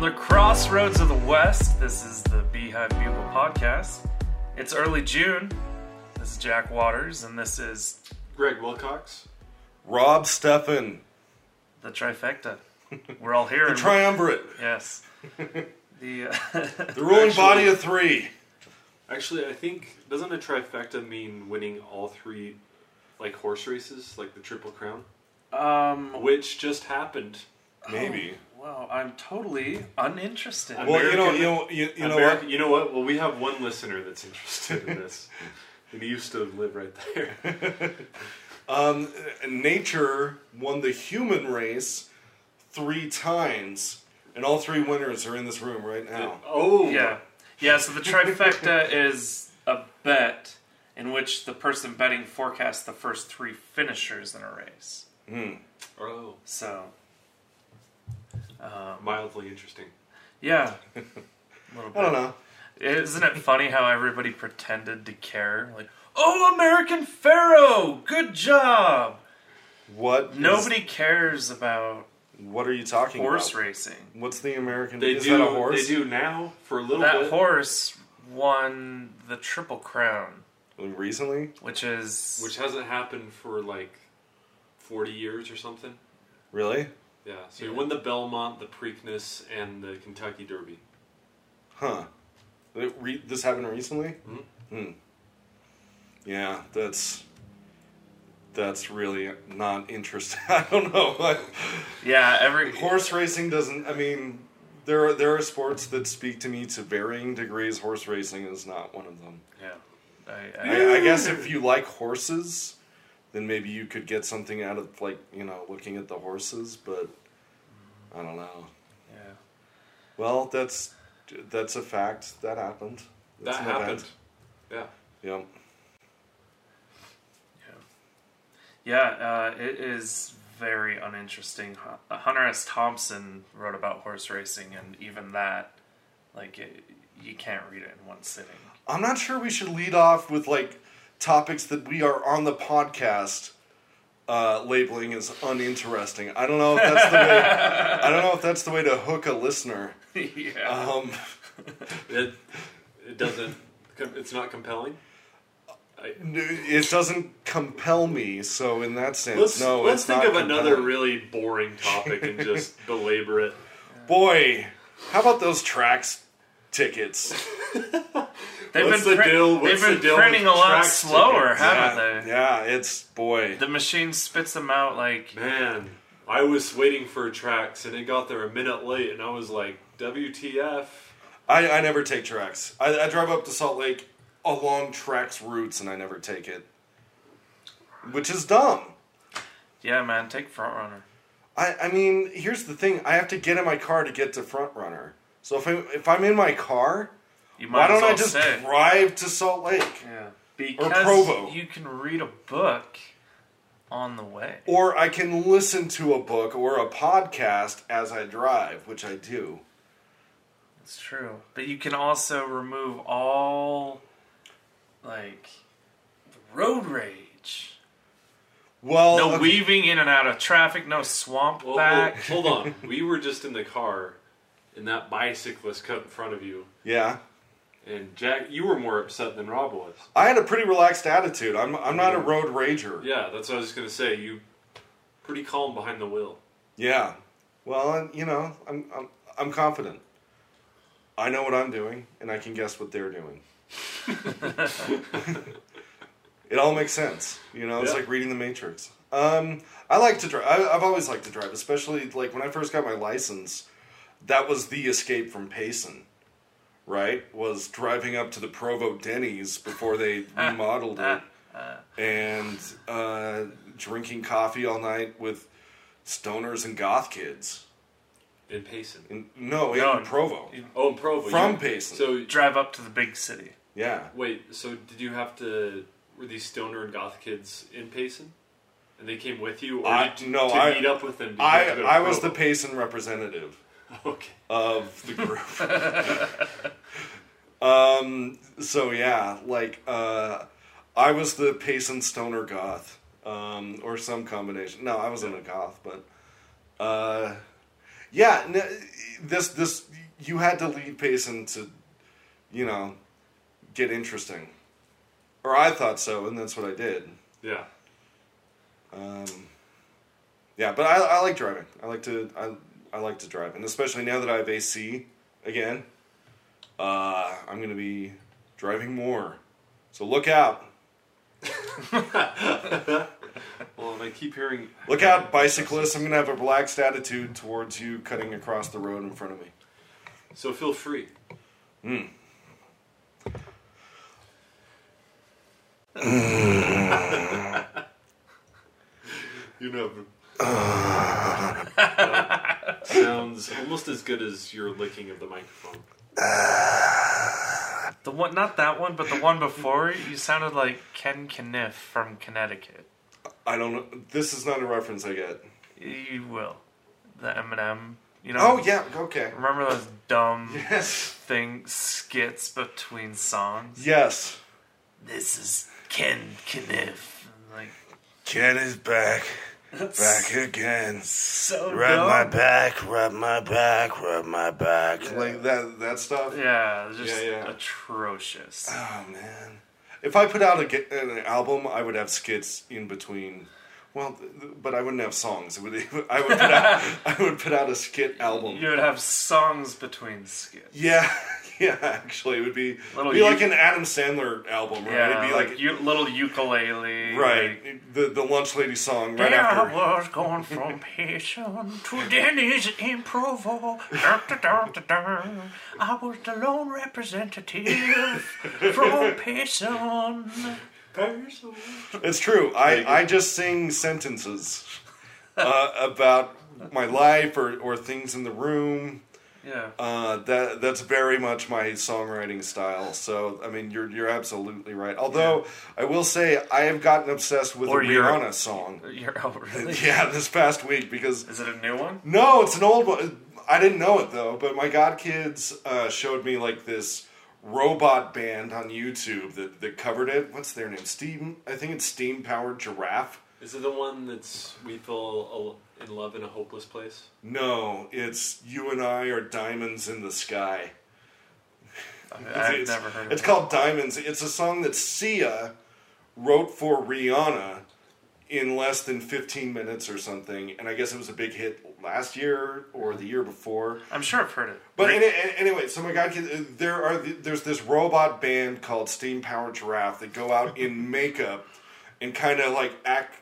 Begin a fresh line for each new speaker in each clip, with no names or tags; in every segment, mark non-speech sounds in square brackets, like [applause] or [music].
the crossroads of the West, this is the Beehive Bugle podcast. It's early June. This is Jack Waters, and this is
Greg Wilcox.
Rob Steffen,
the trifecta. We're all here.
the
and-
triumvirate,
yes. The [laughs] uh,
the ruling
Actually-
body of three.
Actually, I think doesn't a trifecta mean winning all three, like horse races, like the Triple Crown,
um.
which just happened?
Maybe.
Wow, I'm totally uninterested.
Oh.
well, you know,
American-
you know, you, you know
America-
what?
You know what? Well, we have one listener that's interested in this. [laughs] and he used to live right
[laughs]
there.
Um, nature won the human race three times, and all three winners are in this room right now.
Oh,
Yeah. Yeah, so the trifecta is a bet in which the person betting forecasts the first three finishers in a race.
Oh,
So, um,
mildly interesting.
yeah. A little bit.
I don't know.
Isn't it funny how everybody pretended to care? Like, oh, American Pharaoh! Good job!
What? is-
Nobody cares about
what are you talking
horse
about?
racing.
What's the American?
They
is
do.
that a horse?
They do now for a little
That
bit.
horse won the Triple Crown,
Recently,
which is.
which hasn't happened for like forty years or something.
really?
Yeah. So you won the Belmont, the Preakness, and the Kentucky Derby.
Huh? It re- this happened recently.
Mhm.
Hmm. Yeah, that's that's really not interesting. [laughs] I don't know.
yeah,
[laughs]
every.
horse racing doesn't. I mean, there are there are sports that speak to me to varying degrees. Horse racing is not one of them.
Yeah. I, I,
I, I guess if you like horses, then maybe you could get something out of like you know looking at the horses. But I don't know.
yeah.
Well, that's that's a fact that happened. That's
that
an
happened.
event.
Yeah.
Yep.
Yeah, uh, it is very uninteresting. Hu- Hunter S. Thompson wrote about horse racing, and even that, like, it, you can't read it in one sitting. [laughs]
I'm not sure we should lead off with like topics that we are on the podcast uh, labeling as uninteresting. I don't know if that's the way. I don't know if that's the way to hook a listener.
Uh,
yeah.
Um,
It, it doesn't. It's not compelling.
it doesn't compel me, so in that sense,
Let's
no.
let's
it's
think
not
of another
compelling.
really boring topic and
[laughs]
just belabor it.
Boy, how about those tracks tickets?
They've
what's
been,
the deal-
they've
what's
been
the deal
printing
with
a lot
track
slower,
tickets?
haven't
yeah,
they?
yeah, it's boy.
The machine spits them out like,
Man, I was waiting for tracks and it got there a minute late, and I was like, "WTF?"
I, I never take tracks. I, I drive up to Salt Lake along tracks routes, and I never take it, which is dumb.
yeah, man, take front runner.
I, I mean, here's the thing. I have to get in my car to get to Front Runner. So if I'm, if I'm in my car,
You might
why don't
as well
I just
say.
drive to Salt Lake?
Yeah. Because
Provo.
you can read a book on the way.
Or I can listen to a book or a podcast as I drive, which I do.
It's true. But you can also remove all, like, road rage.
Well,
No
okay,
weaving in and out of traffic, no swamp
Well, well,
back.
hold on. We were just in the car, and that bicyclist cut in front of you.
yeah.
And Jack, you were more upset than Rob was.
I had a pretty relaxed attitude. I'm, I'm not a road rager.
Yeah, that's what I was gonna say. You pretty calm behind the wheel.
Yeah. Well, and, you know, I'm, I'm, I'm confident. I know what I'm doing, and I can guess what they're doing. it all makes sense. You know, it's
Yeah.
like reading the Matrix. Um, I like to drive. I've always liked to drive, especially like when I first got my license. That was the escape from Payson, right? Was driving up to the Provo Denny's before they remodeled it, and uh, drinking coffee all night with stoners and goth kids.
In Payson.
In, no,
No,
in Provo.
you-
Oh, in Provo.
From
you-
Payson.
So
Drive up to the big city.
Yeah.
wait. So did you have to? Were these stoner and goth kids in Payson? And they came with you, or
I-
you, t-
no,
to
I-
meet up with them? did you
I
have to go to
I was the
Provo?
Payson representative.
[laughs] okay.
of the [laughs] group. um, so yeah, like uh, I was the Payson Stoner goth, um, or some combination. No, I wasn't a goth, but uh, Yeah, n- this this you had to leave Payson to, you know, get interesting, or I thought so, and that's what I did.
Yeah.
Um, yeah, but I, I like driving. I like to I, I like to drive, and especially now that I have AC again, uh, I'm gonna be driving more. So look out,
Well, and I keep hearing.
look out, bicyclists! I'm gonna have a relaxed attitude towards you cutting across the road in front of me.
So feel free.
Hmm.
[laughs] you
[laughs]
never. That sounds almost as good as your licking of the microphone.
The one, not that one, but the one before. You sounded like Ken Kniff from Connecticut.
I don't know. This is not a reference I get.
You will. The Eminem. You know.
Oh yeah, okay. [laughs]
Remember those dumb
Yes,
thing skits between songs?
yes.
This is Ken Kniff. Like
Ken is back,
that's
back again.
so
Rub
dumb.
my back, rub my back, rub my back.
Like that that stuff.
Yeah, it's just
Yeah, yeah.
atrocious.
Oh man! If I put out a, ge- an album, I would have skits in between. Well, th- th- but I wouldn't have songs. It would, [laughs] I would put out,
[laughs]
I would put out a skit album.
You would have songs between skits.
Yeah, [laughs] yeah. Actually, it would be
Little
be like
you-
an Adam Sandler album, right?
Yeah,
It'd be
like,
like,
u- little ukulele.
right
like,
the the lunch lady song right
There
after.
I was going from Payson to Denny's in Provo. Dun, dun, dun, dun, dun. I was the lone representative from Payson.
It's true. I I just sing sentences uh, about my life or or things in the room.
Yeah.
Uh, that that's very much my songwriting style. So I mean, you're you're absolutely right. Although I will say I have gotten obsessed with
Or
a
you're- [laughs]
Rihanna song.
You're oh, really?
Yeah, this past week because
Is it a new one?
no, it's an old one. I didn't know it though, but my godkids uh, showed me like this robot band on YouTube that that covered it. What's their name? Steam. I think it's Steam Powered Giraffe.
Is it the one that's we fell al- in love in a hopeless place?
No, it's you and I are diamonds in the sky.
I've
it's,
never heard of
It's
it.
called Diamonds. It's a song that Sia wrote for Rihanna in less than 15 minutes or something, and I guess it was a big hit last year or the year before.
I'm sure I've heard it.
But any- any- anyway, so my God, kid, there are the, there's this robot band called Steam Power Giraffe that go
[laughs]
out in makeup and kind of like act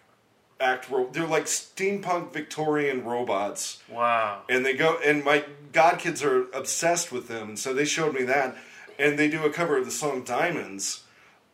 act. Ro- they're like steampunk Victorian robots
Wow.
and they go and my godkids are obsessed with them and so they showed me that and they do a cover of the song diamonds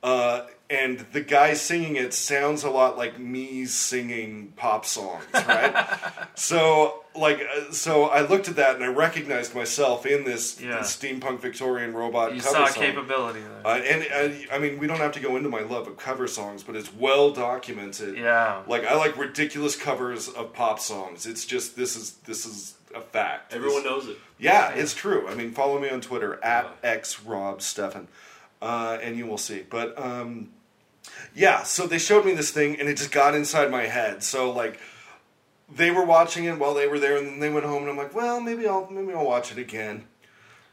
uh, and the guy singing it sounds a lot like me singing pop songs
[laughs]
right so like uh, so i looked at that and i recognized myself in this,
Yeah.
this steampunk victorian robot
You
cover
saw
song
capability there.
uh, and uh, i mean we don't have to go into my love of cover songs but it's well documented
yeah.
like I like ridiculous covers of pop songs. It's just this is this is a fact.
Everyone
This-
knows it.
Yeah, it's true. I mean, follow me on Twitter at xrobstefan, uh, and you will see. But um, yeah, so they showed me this thing, and it just got inside my head. So like, they were watching it while they were there, and then they went home, and I'm like, well, maybe I'll maybe I'll watch it again. [laughs]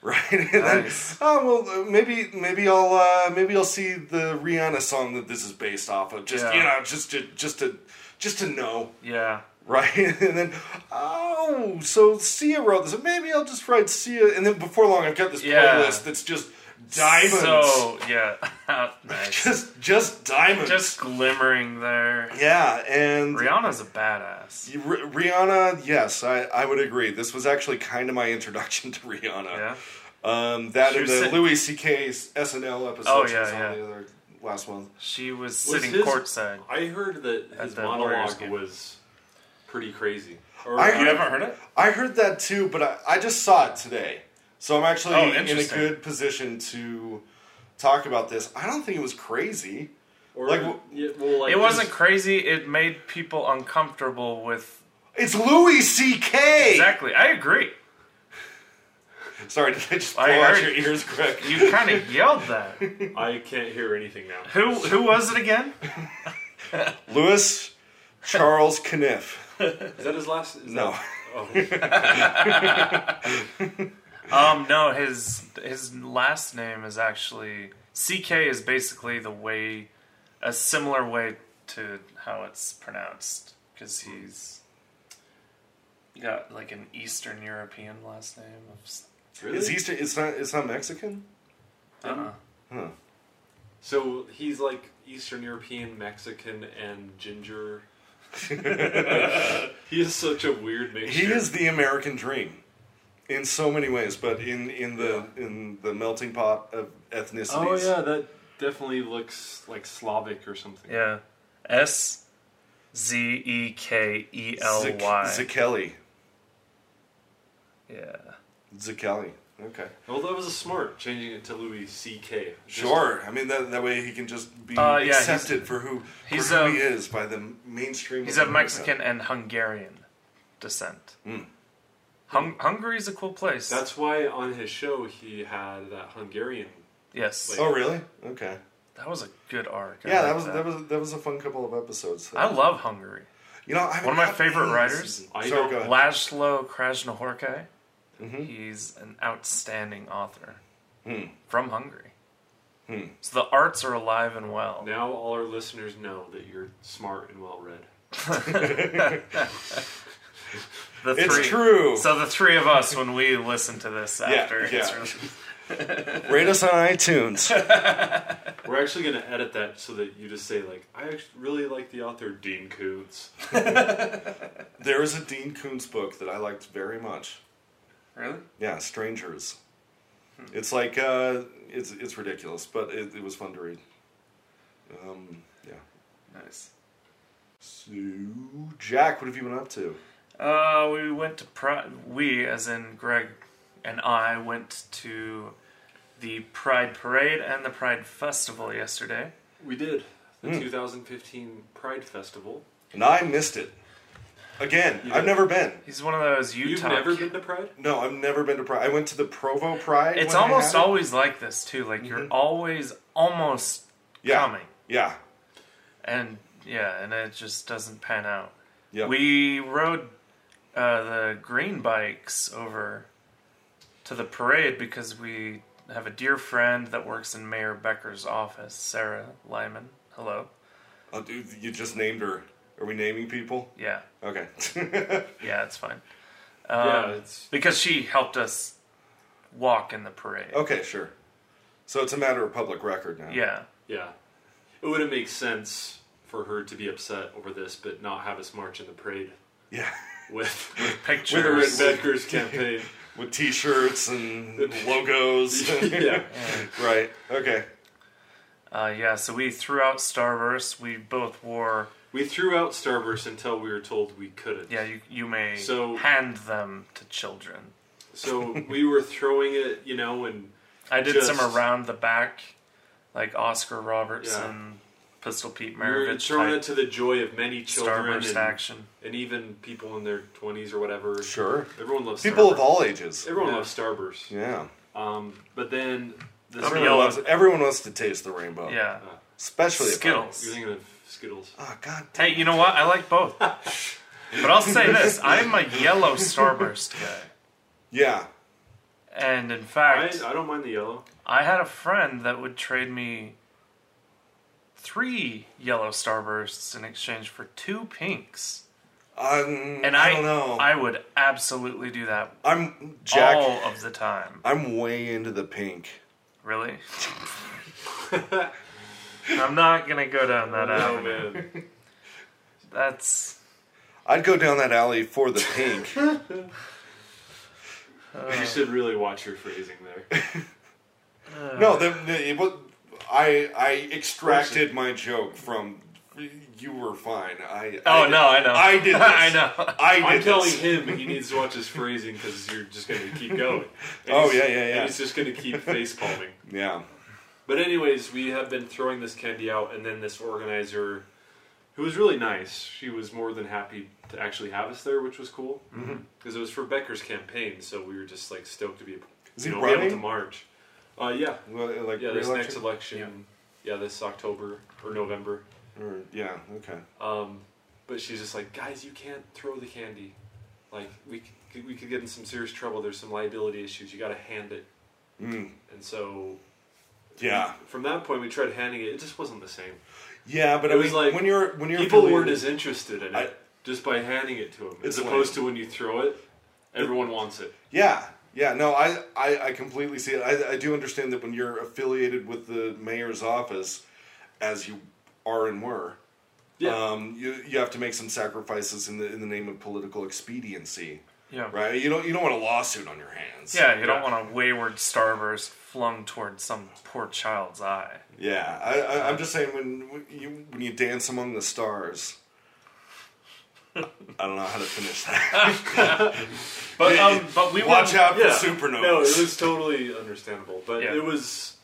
Right, and then,
Nice.
oh well, uh, maybe maybe I'll uh, maybe I'll see the Rihanna song that this is based off of. Just you
Yeah.
know, just to, just to just to know
Yeah.
right? [laughs] And then, oh, so Sia wrote this. Maybe I'll just write Sia. And then before long, I've got this
Yeah.
playlist that's just diamonds, [laughs]
So, yeah. [laughs] nice.
just just diamonds.
Just glimmering there.
yeah, and
Rihanna's a badass.
R- Rihanna. Yes, I, I would agree. This was actually kind of my introduction to Rihanna.
Yeah.
Um, that
She
and
was
the
sit-
Louis C.K.'s SNL episode.
Oh,
she
yeah,
was on
yeah.
The other last one.
She was
Was
sitting
his-
courtside.
I heard that
At
his
the Warriors
monologue
game.
was pretty crazy. Or,
I-
You haven't heard it?
I heard that too, but I, I just saw it today. So I'm actually
Oh,
in a
interesting.
good position to talk about this. I don't think it was crazy.
or-
like, w-
yeah, well, like
It wasn't
just-
crazy. It made people uncomfortable with.
It's Louis C.K.
Exactly. I agree.
Sorry, did I just blow
I
out your
heard-
ears quick?
You kind [laughs] of yelled that.
I can't hear anything now.
Who who was it again?
Louis Charles Kniff.
Is that his last? Is
No.
that- Oh,
Um, no, his his last name is actually CK is basically the way, a similar way to how it's pronounced because he's got like an Eastern European last name. Of, s-
really?
Is Eastern? It's not. It's not Mexican.
I don't
Um,
know.
Huh.
So he's like Eastern European, Mexican, and ginger. He is such a weird
he
mixture.
is the American dream in so many ways, but in in the in the melting pot of ethnicities.
Oh yeah, that definitely looks like Slavic or something.
Yeah, S Z E K E L
Zek-
Y.
Zekeli.
Yeah,
Zekeli. Okay.
Well, that was a smart changing it to Louis C.K. Just-
Sure. I mean that that way he can just be
Uh, yeah, he's-
accepted for who
he's,
for who
um,
he is by the mainstream.
he's
of
of
America.
Mexican and Hungarian descent.
Mm.
Hung- Hungary's a cool place.
That's why on his show he had that Hungarian.
yes,
like-
Oh really? Okay.
that was a good arc. I
Yeah,
like
that was that was that was a fun couple of episodes.
I love Hungary.
you know I
One of my
haven't
favorite
gotten
writers.
this-
I
Sorry,
don't
go ahead.
Laszlo Krasnohorke.
Mhm.
He's an outstanding author
Hmm.
from Hungary.
Hmm.
So the arts are alive and well.
[laughs]
Now all our listeners know that you're smart and well read.
The
It's
three-
true.
So the three of us, when we listen to this after,
yeah.
it's really-
Rate
[laughs]
us on iTunes.
We're actually going to edit that so that you just say like, I act- really like the author Dean Koontz.
There is a Dean Koontz book that I liked very much.
really.
Yeah, Strangers.
Hmm.
It's like uh, it's it's ridiculous, but it, it was fun to read. Um, yeah.
Nice.
So Jack, what have you been up to?
Uh, we went to Pride. We, as in Greg and I, went to the Pride Parade and the Pride Festival yesterday.
We did the
Hmm.
2015 Pride Festival.
And I missed it. Again,
You
I've
did.
never been.
He's one of those Utah.
You've never
kids.
been to Pride?
No, I've never been to Pride. I went to the Provo Pride.
It's
when they
almost
had it.
always like this too. Like
Mm-hmm.
you're always almost
yeah,
coming,
yeah,
and yeah, and it just doesn't pan out.
yeah.
We rode uh, the green bikes over to the parade because we have a dear friend that works in Mayor Becker's office, Sarah Lyman. Hello.
oh, dude, you just named her. Are we naming people?
Yeah,
Okay. [laughs]
yeah, it's fine.
yeah,
Um,
it's
because she helped us walk in the parade.
Oh.
okay, sure. So it's a matter of public record now.
Yeah,
yeah. It wouldn't make sense for her to be upset over this, but not have us march in the parade
Yeah.
with with her and
pictures.
Becker's campaign. [laughs]
With T-shirts and
[laughs]
logos.
yeah.
Right. Okay.
Uh, yeah, so we threw out Starburst. We both wore.
We threw out Starburst until we were told we couldn't.
Yeah, you, you may
So-
hand them to children.
So we were throwing it, you know, and
I did
Just-
some around the back, like Oscar Robertson, Pistol Pete
we were
Maravich
throwing it
type
to the joy of many children
Starburst
and,
action.
and even people in their 20s or whatever.
Sure.
Everyone loves
People
Starburst.
of all ages.
Everyone
Yeah.
loves Starburst.
Yeah.
Um, but then this
I'm
Everyone
yelling.
loves, everyone wants to taste the
Oh.
rainbow.
Yeah,
Especially if-
You're
Skittles.
thinking of Skittles.
Oh God.
Hey, you know what? I like
[laughs]
both. but I'll say this: I'm a yellow Starburst guy,
Yeah.
and in
I,
fact,
I uh, don't mind the yellow.
I had a friend that would trade me three yellow starbursts in exchange for two pinks.
Um,
And
I,
I
don't know. I,
I would absolutely do that
am Jack.
all of the time.
I'm way into the pink. [laughs]
Really? I'm not gonna go down that
Oh
avenue.
[laughs] man,
That's
I'd go down that alley for the pink. Uh.
you should really watch your phrasing
[laughs]
there.
uh,
no, the, the, it was, I I extracted my joke from. You were fine. I.
Oh
I,
no, I know. [laughs]
I did. This.
I know.
[laughs] I did.
I'm telling
this.
him he needs to watch his phrasing because you're just going to keep going. And
[laughs] Oh,
he's-
yeah, yeah, yeah.
And he's just going to keep face palming.
Yeah.
But anyways, we have been throwing this candy out, and then this organizer, who was really nice, she was more than happy to actually have us there, which was cool because
Mm-hmm.
it was for Becker's campaign. So we were just like stoked to be,
Is
you
he
know, be able to
running?
march. Uh, yeah,
Well, Like
yeah. This
re-election?
next election, yeah, this October or November.
Or, yeah. Okay.
Um, but she's just like, guys, you can't throw the candy. Like we could, we could get in some serious trouble. There's some liability issues. You got to hand it,
Mm.
and so
Yeah,
from that point we tried handing it. It just wasn't the same.
yeah, but
It
I
was
mean,
like,
when you're when you're
People weren't
affiliated-
as interested in it
I-
just by handing it to them, as
It's like-
opposed to when you throw it, everyone wants it.
Yeah, yeah. No, I, I, I completely see it. I, I do understand that when you're affiliated with the mayor's office, as you are and were,
Yeah.
um, you you have to make some sacrifices in the in the name of political expediency,
Yeah.
right? You don't you don't want a lawsuit on your hands.
Yeah, you don't
Yeah.
want a wayward starburst flung towards some poor child's eye.
yeah. I, I, I'm just saying when when you when you dance among the stars. I don't know how to finish that.
But um, [laughs] but we
[laughs] Watch
were,
out for
yeah.
supernovas.
No, it was totally understandable, but
Yeah.
it was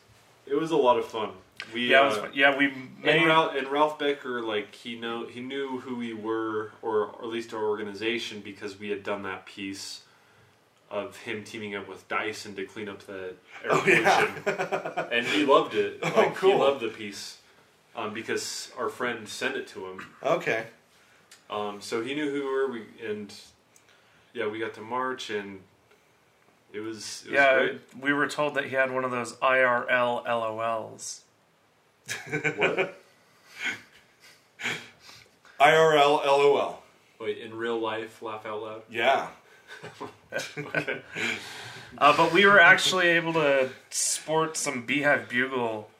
it was a lot of fun. We
Yeah,
uh,
it was- yeah, we made
and Ralph, and Ralph Becker, like he know he knew who we were, or, or at least our organization, because we had done that piece of him teaming up with Dyson to clean up the air
Oh,
pollution,
[laughs] yeah. Oh,
and he loved
[laughs]
it. Like,
cool.
He loved the piece um, because our friend sent it to him.
okay.
Um, so he knew who we were, we, and yeah, we got to march, and it was, it was
yeah,
great.
we were told that he had one of those IRL LOLs.
What?
IRL LOL.
Wait, in real life, laugh out loud.
Yeah.
Uh, but we were actually able to sport some Beehive Bugle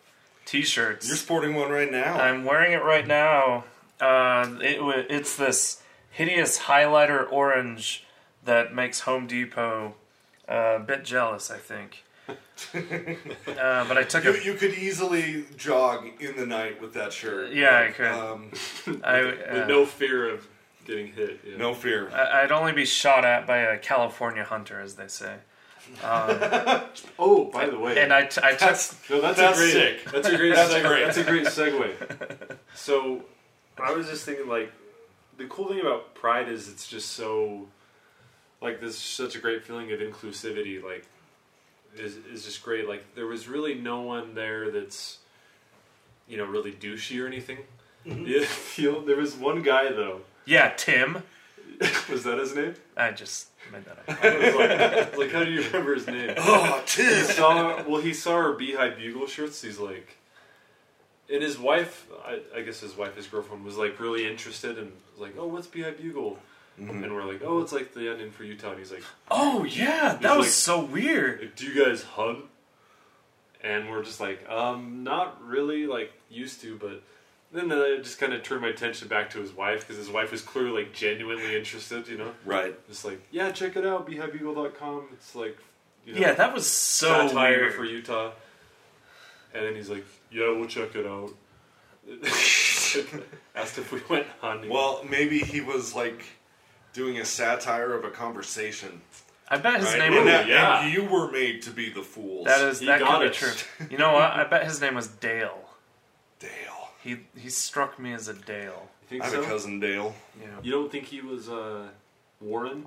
t-shirts.
You're sporting one right now.
I'm wearing it right now. Uh, it, wa- it's this hideous highlighter orange that makes Home Depot uh, a bit jealous, I [laughs] think. uh, but I took
You,
a
you could easily jog in the night with that shirt.
Yeah, I could.
Um,
I,
With
uh,
no fear of getting hit. Yeah.
no fear. [laughs]
I- I'd only be shot at by a California hunter, as they say. Um, [laughs]
Oh, by the way,
And I, t- I took
That's
no, that's,
that's
a great,
sick.
[laughs] That's a great.
That's
seg-
great.
That's a great segue.
[laughs]
So, I was just thinking, like, the cool thing about Pride is it's just so, like, there's such a great feeling of inclusivity. Like, is is just great. Like, there was really no one there that's, you know, really douchey or anything.
Mm-hmm.
Yeah, [laughs] you know, there was one guy though.
yeah Tim.
Was that his
[laughs]
name?
I just made that up.
I was like, I was like, how do you remember his name?
oh,
he
tis.
saw well he saw our beehive bugle shirts he's like and his wife I, I guess his wife his girlfriend was like really interested and was like oh what's beehive bugle and we're like oh it's like the onion for utah and he's like
Oh yeah,
He's
that was
like-
so weird.
do you guys hunt and we're just like um not really like used to but then I just kind of turned my attention back to his wife because his wife is clearly like genuinely interested you know
Right.
just like yeah check it out beehivebugle.com it's like you know,
Yeah, that was so
satire
weird.
for Utah. And then he's like, "Yeah, we'll check it
[laughs]
out." Asked if we went hunting.
Well, maybe he was like doing a satire of a conversation.
I bet his
right?
name. was,
And
Ooh,
that-
yeah.
and you were made to be the fools.
that is
He
that
got
could
it.
be
[laughs]
true. You know what? I bet his name was Dale.
Dale.
He he struck me as a Dale.
you think
I have
so?
a cousin Dale.
Yeah,
You don't think he was uh, Warren?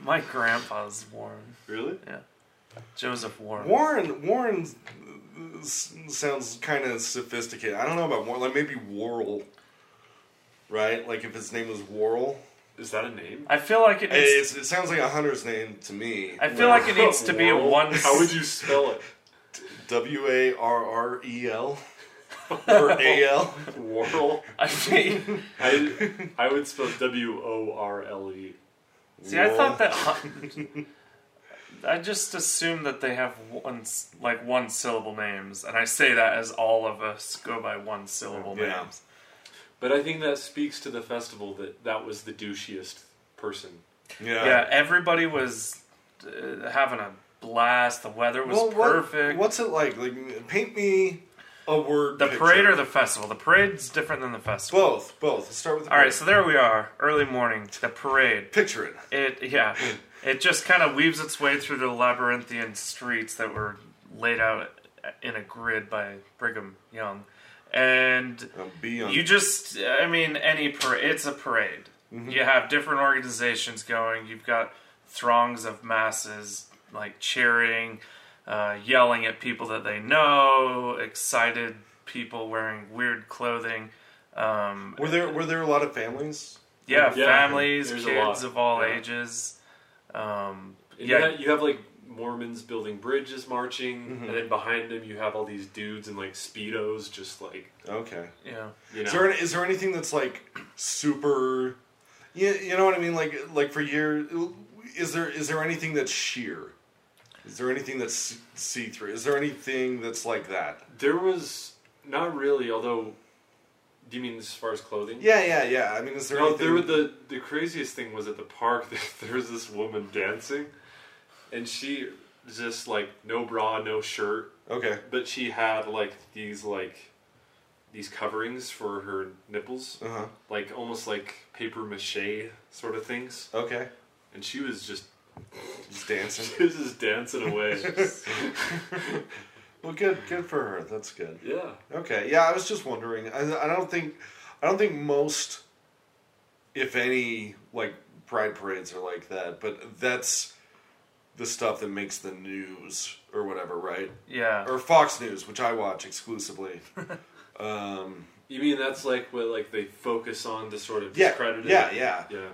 my grandpa's Warren,
Really?
Joseph Warren.
Warren. Warren uh, s- sounds kind of sophisticated. I don't know about Warren. Like maybe Worrell. Right. Like if his name was Worrell.
Is that a name?
I feel like it. Needs,
It's, it sounds like a hunter's name to me.
I feel like it needs to be a
Warren?
one.
[laughs] How would you spell
[laughs]
it?
W A R R E
[laughs]
L or A L.
Warl.
I feel-
[laughs]
I I would spell W O R L E.
see, I thought that. hun- I just assume that they have one s- like one syllable names, and I say that as all of us go by one syllable
Yeah.
names.
But I think that speaks to the festival that that was the douchiest person.
Yeah.
Yeah, everybody was uh, having a blast. The weather was
Well, what-
perfect.
what's it like? Like, paint me a word.
The
picture.
parade or the festival? The parade's different than the festival.
both? Both. Let's start with. The
All right,
parade.
so there we are, early morning. The parade.
picture it.
It yeah, it just kind of weaves its way through the labyrinthian streets that were laid out in a grid by Brigham Young, and
Um, be on.
you just I mean any parade. It's a parade.
Mm-hmm.
You have different organizations going. You've got throngs of masses like cheering, uh, yelling at people that they know, excited people wearing weird clothing. Um,
were there were there a lot of families?
yeah,
Yeah,
families,
there's a
kids
lot.
of all
Yeah.
ages. Um,
And
yeah,
you, have, you have like Mormons building bridges, marching, and then behind them you have all these dudes in like speedos, just like
Okay.
yeah.
you know.
Is there is there anything that's like super? You, you know what I mean? Like like for years, is there is there anything that's sheer? Is there anything that's see through? Is there anything that's like that?
there was not really, although. Do you mean as far as clothing?
Yeah, yeah, yeah. I mean, is there
No,
anything?
there were the the craziest thing was at the park. [laughs] There was this woman dancing, and she was just like no bra, no shirt,
okay,
but she had like these like these coverings for her nipples,
uh huh,
like almost like paper mache sort of things,
okay.
and she was just
Just [laughs] dancing.
she was just dancing away.
Well, good, good for her. That's good.
[laughs] yeah,
Okay, yeah. I was just wondering. I, I don't think, I don't think most, if any, like pride parades are like that. But that's the stuff that makes the news or whatever, right?
Yeah.
Or Fox News, which I watch exclusively. um,
you mean that's like what like they focus on to sort of
Yeah,
discredit it?
yeah, yeah.
yeah.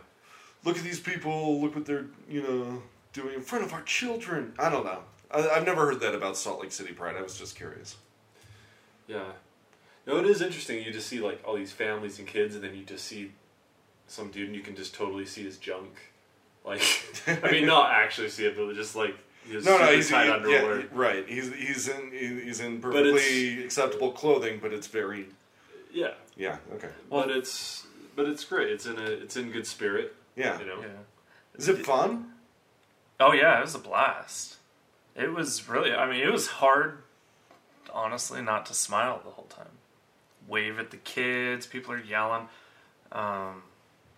look at these people. Look what they're you know doing in front of our children. I don't know. I, I've never heard that about Salt Lake City Pride. I was just curious.
Yeah. No, it is interesting. You just see like all these families and kids, and then you just see some dude, and you can just totally see his junk. Like, [laughs] I mean, not actually see it, but just like his
No,
super
no, he's
tight
he-
underwear.
Yeah, right. He's he's in he- he's in
But it's-
perfectly acceptable clothing, but it's very
yeah.
yeah okay
Well, but it's but it's great. It's in a it's in good spirit.
yeah.
You know.
yeah.
Is it fun?
Oh yeah, it was a blast. It was really. I mean, it was hard, honestly, not to smile the whole time. Wave at the kids. People are yelling. Um,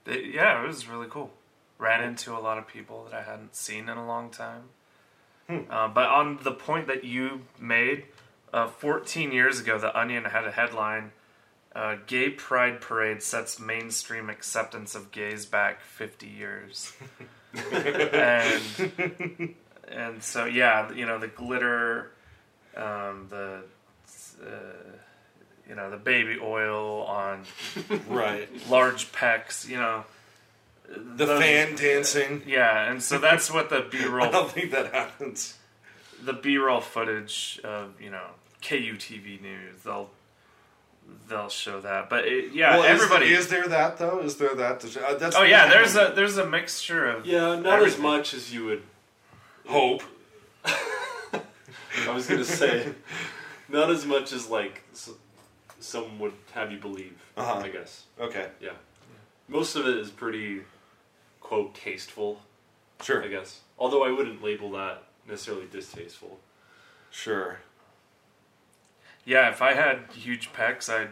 it- yeah, it was really cool. Ran into a lot of people that I hadn't seen in a long time. Uh, but on the point that you made, uh, 14 years ago, The Onion had a headline: uh, "Gay Pride Parade sets mainstream acceptance of gays back 50 years." and and so yeah, you know the glitter, um, the uh, you know the baby oil on
Right.
large pecs, you know
The fan dancing.
Yeah, and so that's what the B
[laughs] I
roll
don't think that happens.
the B roll footage of you know KUTV News they'll they'll show that, but it, yeah,
Well, is-
everybody.
Is, there that though? Is there that? To, uh, that's
oh yeah, there's a there's a mixture of
Yeah, not as
Everything.
much as you would.
hope.
I was gonna say, not as much as like s- some would have you believe.
Uh-huh.
I guess.
Okay,
Yeah. Most of it is pretty, quote, tasteful,
sure,
I guess. Although I wouldn't label that necessarily distasteful.
sure.
yeah. If I had huge pecs, I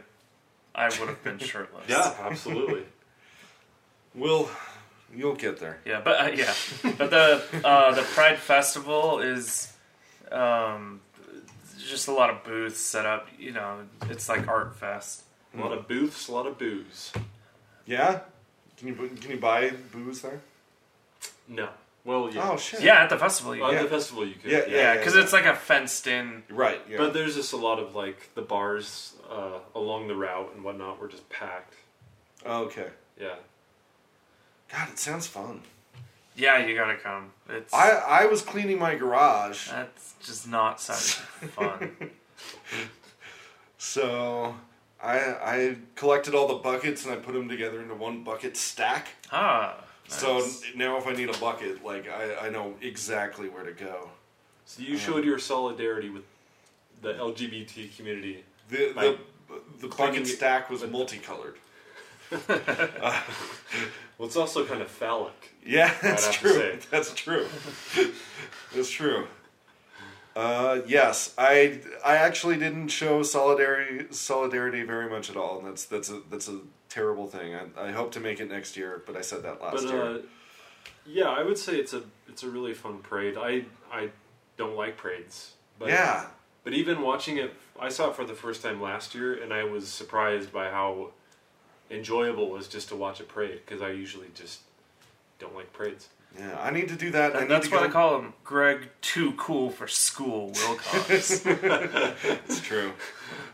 I would have been shirtless.
[laughs] absolutely.
We'll you'll get there.
Yeah, but uh, yeah, but the uh, the Pride Festival is um, just a lot of booths set up. You know, it's like Art Fest.
a lot of booths, a lot of booze.
Yeah. Can you bu- can you buy booze there?
No. Well, yeah.
Oh shit.
Yeah, at the festival. You,
At
yeah.
the festival you could.
Yeah,
yeah, because it's like a fenced in.
Right. Yeah.
But there's just a lot of, like, the bars uh, along the route and whatnot were just packed.
okay.
Yeah.
God, it sounds fun.
Yeah, you gotta come. It's
I I was cleaning my garage,
that's just not such
[laughs]
fun.
so I I collected all the buckets and I put them together into one bucket stack.
Ah, nice.
So now if I need a bucket, like I I know exactly where to go.
So you
Uh-huh.
showed your solidarity with the LGBT community.
The the,
Like,
the
cleaning
bucket
it
stack was multicolored.
Well, it's also kind of phallic.
Yeah, that's
have to
true.
say.
That's true. [laughs] that's true. Uh, yes, I I actually didn't show solidarity solidarity very much at all, and that's that's a that's a terrible thing. I, I hope to make it next year, but I said that
But
last
uh,
year.
yeah, I would say it's a it's a really fun parade. I I don't like parades, but
yeah,
But even watching it, I saw it for the first time last year, and I was surprised by how enjoyable it was just to watch a parade because I usually just don't like parades.
yeah, I need to do that. I
And
need
that's
to
what
go-
I call him, Greg. Too cool for school, Wilcox.
[laughs] It's true.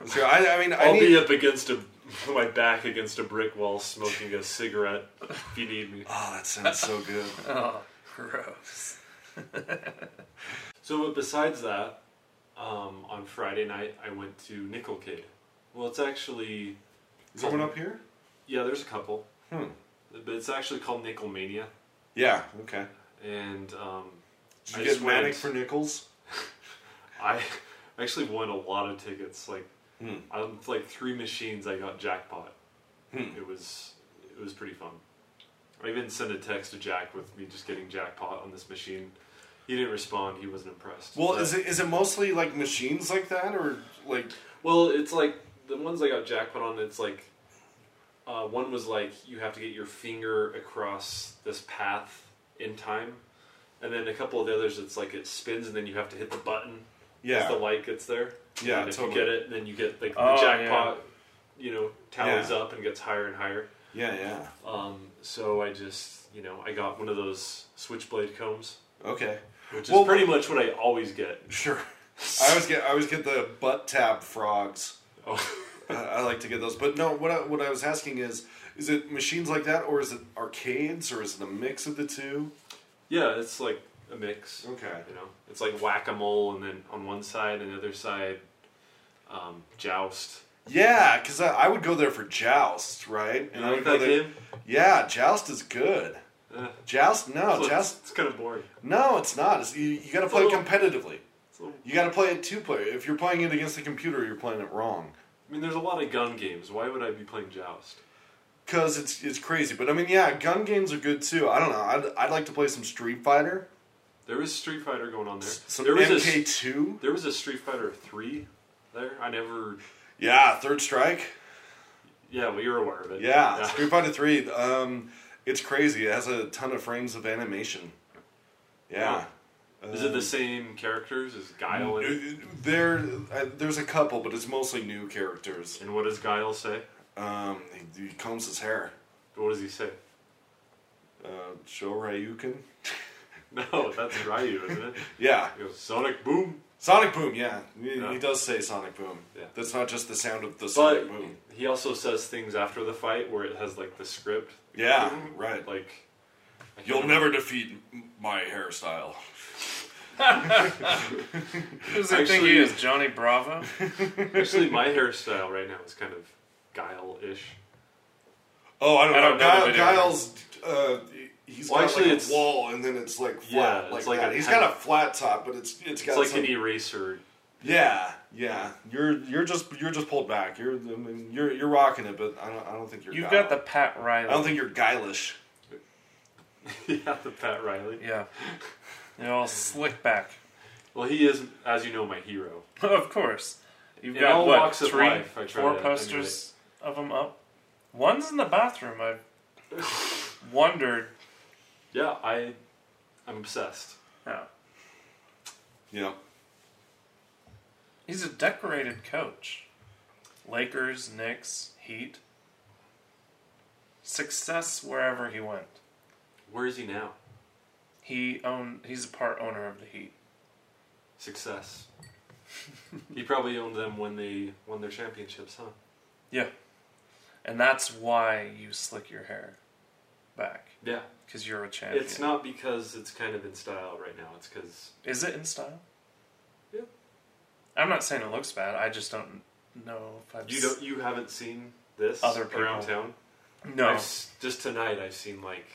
It's true. I, I mean, I
I'll
need.
be up against a [laughs] my back against a brick wall smoking a cigarette if you need me.
Oh, that sounds so good.
Oh, gross.
So, but besides that, um, on Friday night I went to Nickel Kid. Well, it's actually
Is there one up here?
yeah, there's a couple,
Hmm.
but it's actually called Nickel Mania,
Yeah. Okay.
and um,
Did you
I
get
just went.
manic for nickels?
I actually won a lot of tickets. Like
Hmm.
on like three machines, I got jackpot.
Hmm.
It was it was pretty fun. I even sent a text to Jack with me just getting jackpot on this machine. He didn't respond. He wasn't impressed.
Well,
But-
is it is it mostly like machines like that, or like
Well, it's like the ones I got jackpot on. It's like uh, one was like you have to get your finger across this path in time, and then a couple of the others, it's like it spins and then you have to hit the button as
yeah,
the light gets there.
Yeah,
and if
totally.
you get it, then you get like the
Oh,
jackpot. You know, tallies
Yeah.
up and gets higher and higher.
yeah, yeah.
Um, so I just, you know, I got one of those switchblade combs,
Okay,
which is
Well,
pretty much what I always get. [laughs]
sure. I always get I always get the butt tab frogs.
Oh.
I, I like to get those, but no. What I, what I was asking is, is it machines like that, or is it arcades, or is it a mix of the two?
Yeah, it's like a mix.
Okay.
You know, it's like whack a mole, and then on one side and the other side, um, joust.
Yeah, because I, I would go there for Joust, right?
You
I
like
would go
that
there-
game?
Yeah, Joust is good.
Eh,
Joust, no,
it's, like-
Oh, Joust,
it's kind of boring.
no, it's not. It's, you you got to
It's a
play it
little-
competitively.
It's a little-
You got to play it two player. If you're playing it against the computer, you're playing it wrong.
I mean, there's a lot of gun games. Why would I be playing joust?
Cause it's it's crazy, but I mean, yeah, gun games are good too. I don't know. I'd, I'd like to play some Street Fighter,
There is Street Fighter going on there.
some
there was a s-
MK2.
there was a Street Fighter three there. I never.
Yeah, Third Strike.
Yeah, well, you're aware of it.
Yeah, Street Fighter Three. Um, it's crazy. It has a ton of frames of animation. Yeah.
Is it the same characters as Guile?
Uh,
And,
There, uh, there's a couple, but it's mostly new characters.
and what does Guile say?
Um, he, he combs his hair.
What does he say? [laughs]
Uh, show Ryuken.
No, that's Ryu, isn't it?
Yeah,
He goes, Sonic Boom.
Sonic Boom. Yeah, he, he
Yeah.
does say Sonic Boom.
Yeah.
That's not just the sound of the
But
Sonic Boom.
he also says things after the fight where it has like the script.
Yeah, right.
Mhm. Like I
You'll
can't-
never defeat my hairstyle.
Who's he think
Actually-
he is? Johnny
[laughs]
Bravo?
[laughs] Actually, my hairstyle right now is kind of guile-ish.
Oh, I don't,
I don't know
know.
the
Guile,
video.
Giles, uh, he's
Well,
got
actually,
like a
it's-
wall, and then it's like
Yeah,
flat,
it's
like,
like
that.
a
He's
kind
got a
of-
flat top, but it's it's
It's
got
like
some-
an eraser. [laughs]
yeah, yeah. You're you're just you're just pulled back. You're I mean, you're you're rocking it, but I don't I don't think you're.
You've
guile.
got the Pat Riley.
I don't think you're guilish.
yeah, the Pat Riley.
Yeah. You're all slick back. [laughs]
Well, he is, as you know, my hero.
of course. You've
In
got
all
what,
walks of
three,
life, I try
four
to
posters of them up. One's in the bathroom. I
[laughs]
wondered.
Yeah, I, I'm obsessed.
No,
Yeah.
he's a decorated coach. Lakers, Knicks, Heat. Success wherever he went.
Where is he now?
He own. He's a part owner of the Heat.
[laughs]
Success. he probably owned them when they won their championships, huh?
Yeah, and that's why you slick your hair back
Yeah.
because you're a champion.
It's not because it's kind of in style right now. It's because
Is it in style?
Yeah.
I'm not saying it looks bad. I just don't know if I've
You
s-
don't. You haven't seen this
Other people.
around town.
No,
I've s- just tonight I've seen like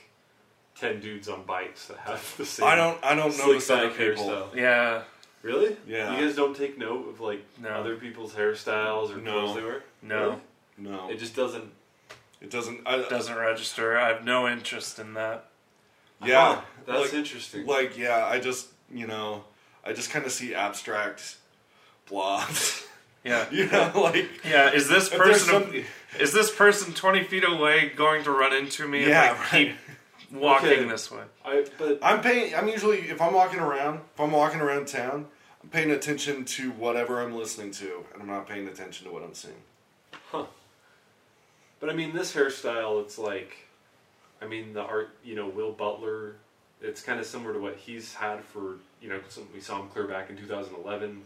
ten dudes on bikes that have the same.
I don't I don't
slick
notice other
back
people.
hairstyle.
yeah,
Really?
Yeah.
You guys don't take note of like
No.
other people's hairstyles or
No.
clothes they wear.
no,
No,
Really? It
it,
just doesn't.
doesn't. I,
doesn't register. I have no interest in that.
yeah,
Huh, Oh, that's
like,
interesting.
Like yeah, I just you know I just kind of see abstract blobs. [laughs]
[laughs]
Yeah,
you know, like
yeah. Is this
if there's
person is this person twenty feet away going to run into me
Yeah,
if I keep walking
Okay.
this way?
I but
I'm paying. I'm usually if I'm walking around, if I'm walking around town, I'm paying attention to whatever I'm listening to, and I'm not paying attention to what I'm seeing.
but I mean this hairstyle. It's like, I mean the art. You know Will Butler. It's kind of similar to what he's had for you know some, we saw him clear back in 2011.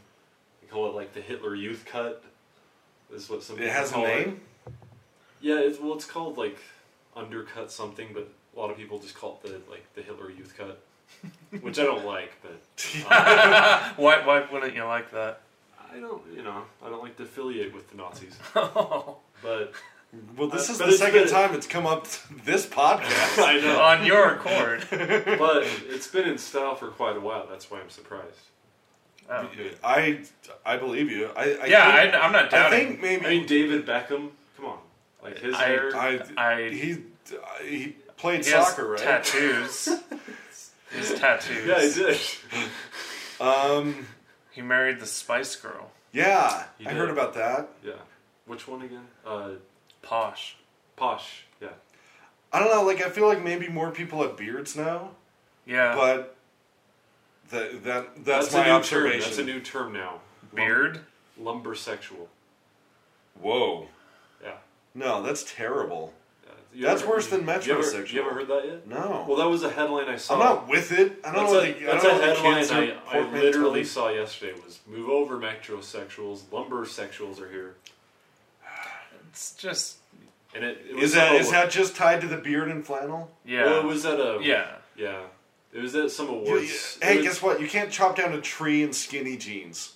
They call it like the Hitler Youth cut. Is what some
It
people
has a
call it.
name.
Yeah, it's, well, it's called like undercut something, but a lot of people just call it the like the Hitler Youth Cut, which I [laughs] don't like. But [laughs] um,
Why, why wouldn't you like that?
I don't, you know, I don't like to affiliate with the Nazis.
On
But
Well, this
Uh,
is
but
the
it's
second
been-
time it's come up this podcast.
[laughs] [laughs] I know,
your
[laughs]
accord.
but it's been in style for quite a while. That's why I'm surprised.
Oh.
I I believe you. I, I
Yeah,
think,
I, I'm not
I
doubting.
think maybe
I mean, David Beckham, come on, like his
I-
hair.
I,
I-
he he played
he has
soccer,
[laughs]
right?
tattoos. His tattoos.
yeah, he did.
Um,
He married the Spice Girl.
yeah,
He
I
did.
heard about that.
yeah, which one again? Uh,
Posh.
Posh. Yeah.
I don't know. Like, I feel like maybe more people have beards now,
Yeah.
but that that that's,
a
my
new
observation.
Term. That's a new term now.
Beard.
Lumber sexual.
Whoa,
Yeah.
no, that's terrible.
yeah. You
That's
ever-
worse than
You ever,
metrosexual.
you ever heard that yet?
No,
Well, that was a headline I saw.
I'm not with it. I don't
that's
know.
a,
what the,
that's
I
a
don't know what the
headline
kids
I,
are
I literally
portmanteaus.
saw yesterday was move over metrosexuals, lumber sexuals are here.
It's just.
And it, it was
Is that
some
is
award-
that just tied to the beard and flannel?
Yeah.
Well, it was at a
yeah.
yeah. It was at some
You- you-
awards.
hey,
it was,
guess what? You can't chop down a tree in skinny jeans.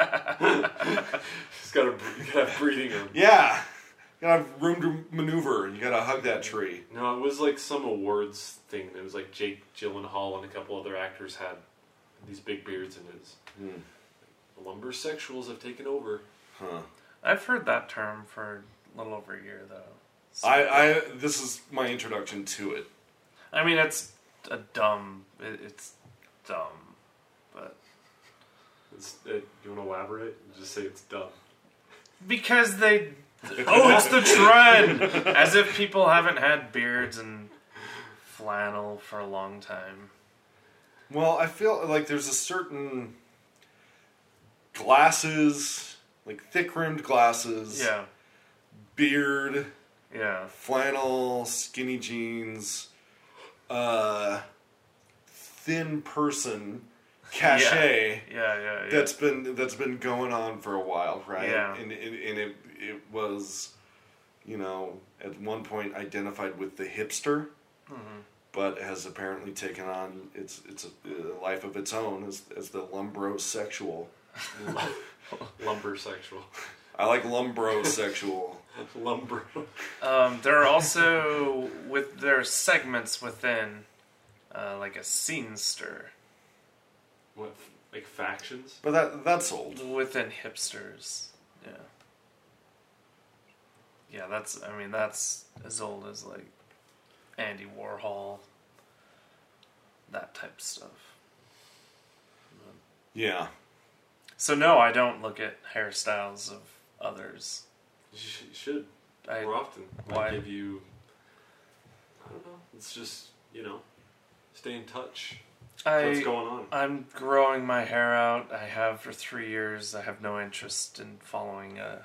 it's [laughs] got a bre- you gotta have breathing room.
Yeah, [laughs] you gotta have room to maneuver. You gotta hug that tree.
No, it was like some awards thing. It was like Jake Gyllenhaal and a couple other actors had these big beards, and it's
Hmm.
lumber sexuals have taken over.
Huh.
I've heard that term for a little over a year, though. So-
I, I this is my introduction to it.
I mean, it's a dumb. It, it's dumb, but
It's, it, you want to elaborate? Just say it's
[laughs]
dumb. [laughs]
because they. Oh, it's the
[laughs]
trend. As if people haven't had beards and flannel for a long time.
Well, I feel like there's a certain glasses, like thick rimmed glasses,
Yeah,
beard,
yeah.
flannel, skinny jeans, uh, thin person cachet.
Yeah, yeah, yeah.
that's been that's been going on for a while, right?
Yeah.
And and, and it it was, you know, at one point identified with the hipster,
Mm-hmm.
but has apparently taken on its its a life of its own as as the lumbrosexual.
lumber sexual.
I
[laughs]
like lumbrosexual.
lumber. [laughs]
Um, there are also with there are segments within, uh, like a scenester
What? f- Like factions?
but that that's old.
within hipsters. Yeah. Yeah, that's. I mean, that's as old as like Andy Warhol. That type of stuff.
Yeah. [laughs]
So no, I don't look at hairstyles of others.
You sh- you should
I,
more often.
why?
I give you. I don't know. It's just you know, stay in touch. What's
I
going on?
I'm growing my hair out. I have for three years. I have no interest in following a